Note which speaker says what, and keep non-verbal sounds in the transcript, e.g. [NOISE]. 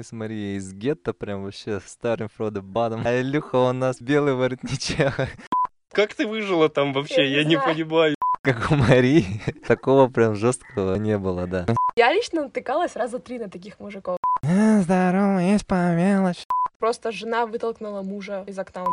Speaker 1: с Марией из гетто, прям вообще старым Фродо Бадом. А Илюха у нас белый воротничек,
Speaker 2: Как ты выжила там вообще?
Speaker 3: Я не
Speaker 2: Я не
Speaker 3: знаю.
Speaker 2: понимаю.
Speaker 1: [LAUGHS] как у Марии. Такого прям жесткого не было, да.
Speaker 3: Я лично натыкалась раза три на таких мужиков.
Speaker 1: Здорово, есть по мелочи.
Speaker 3: Просто жена вытолкнула мужа из окна.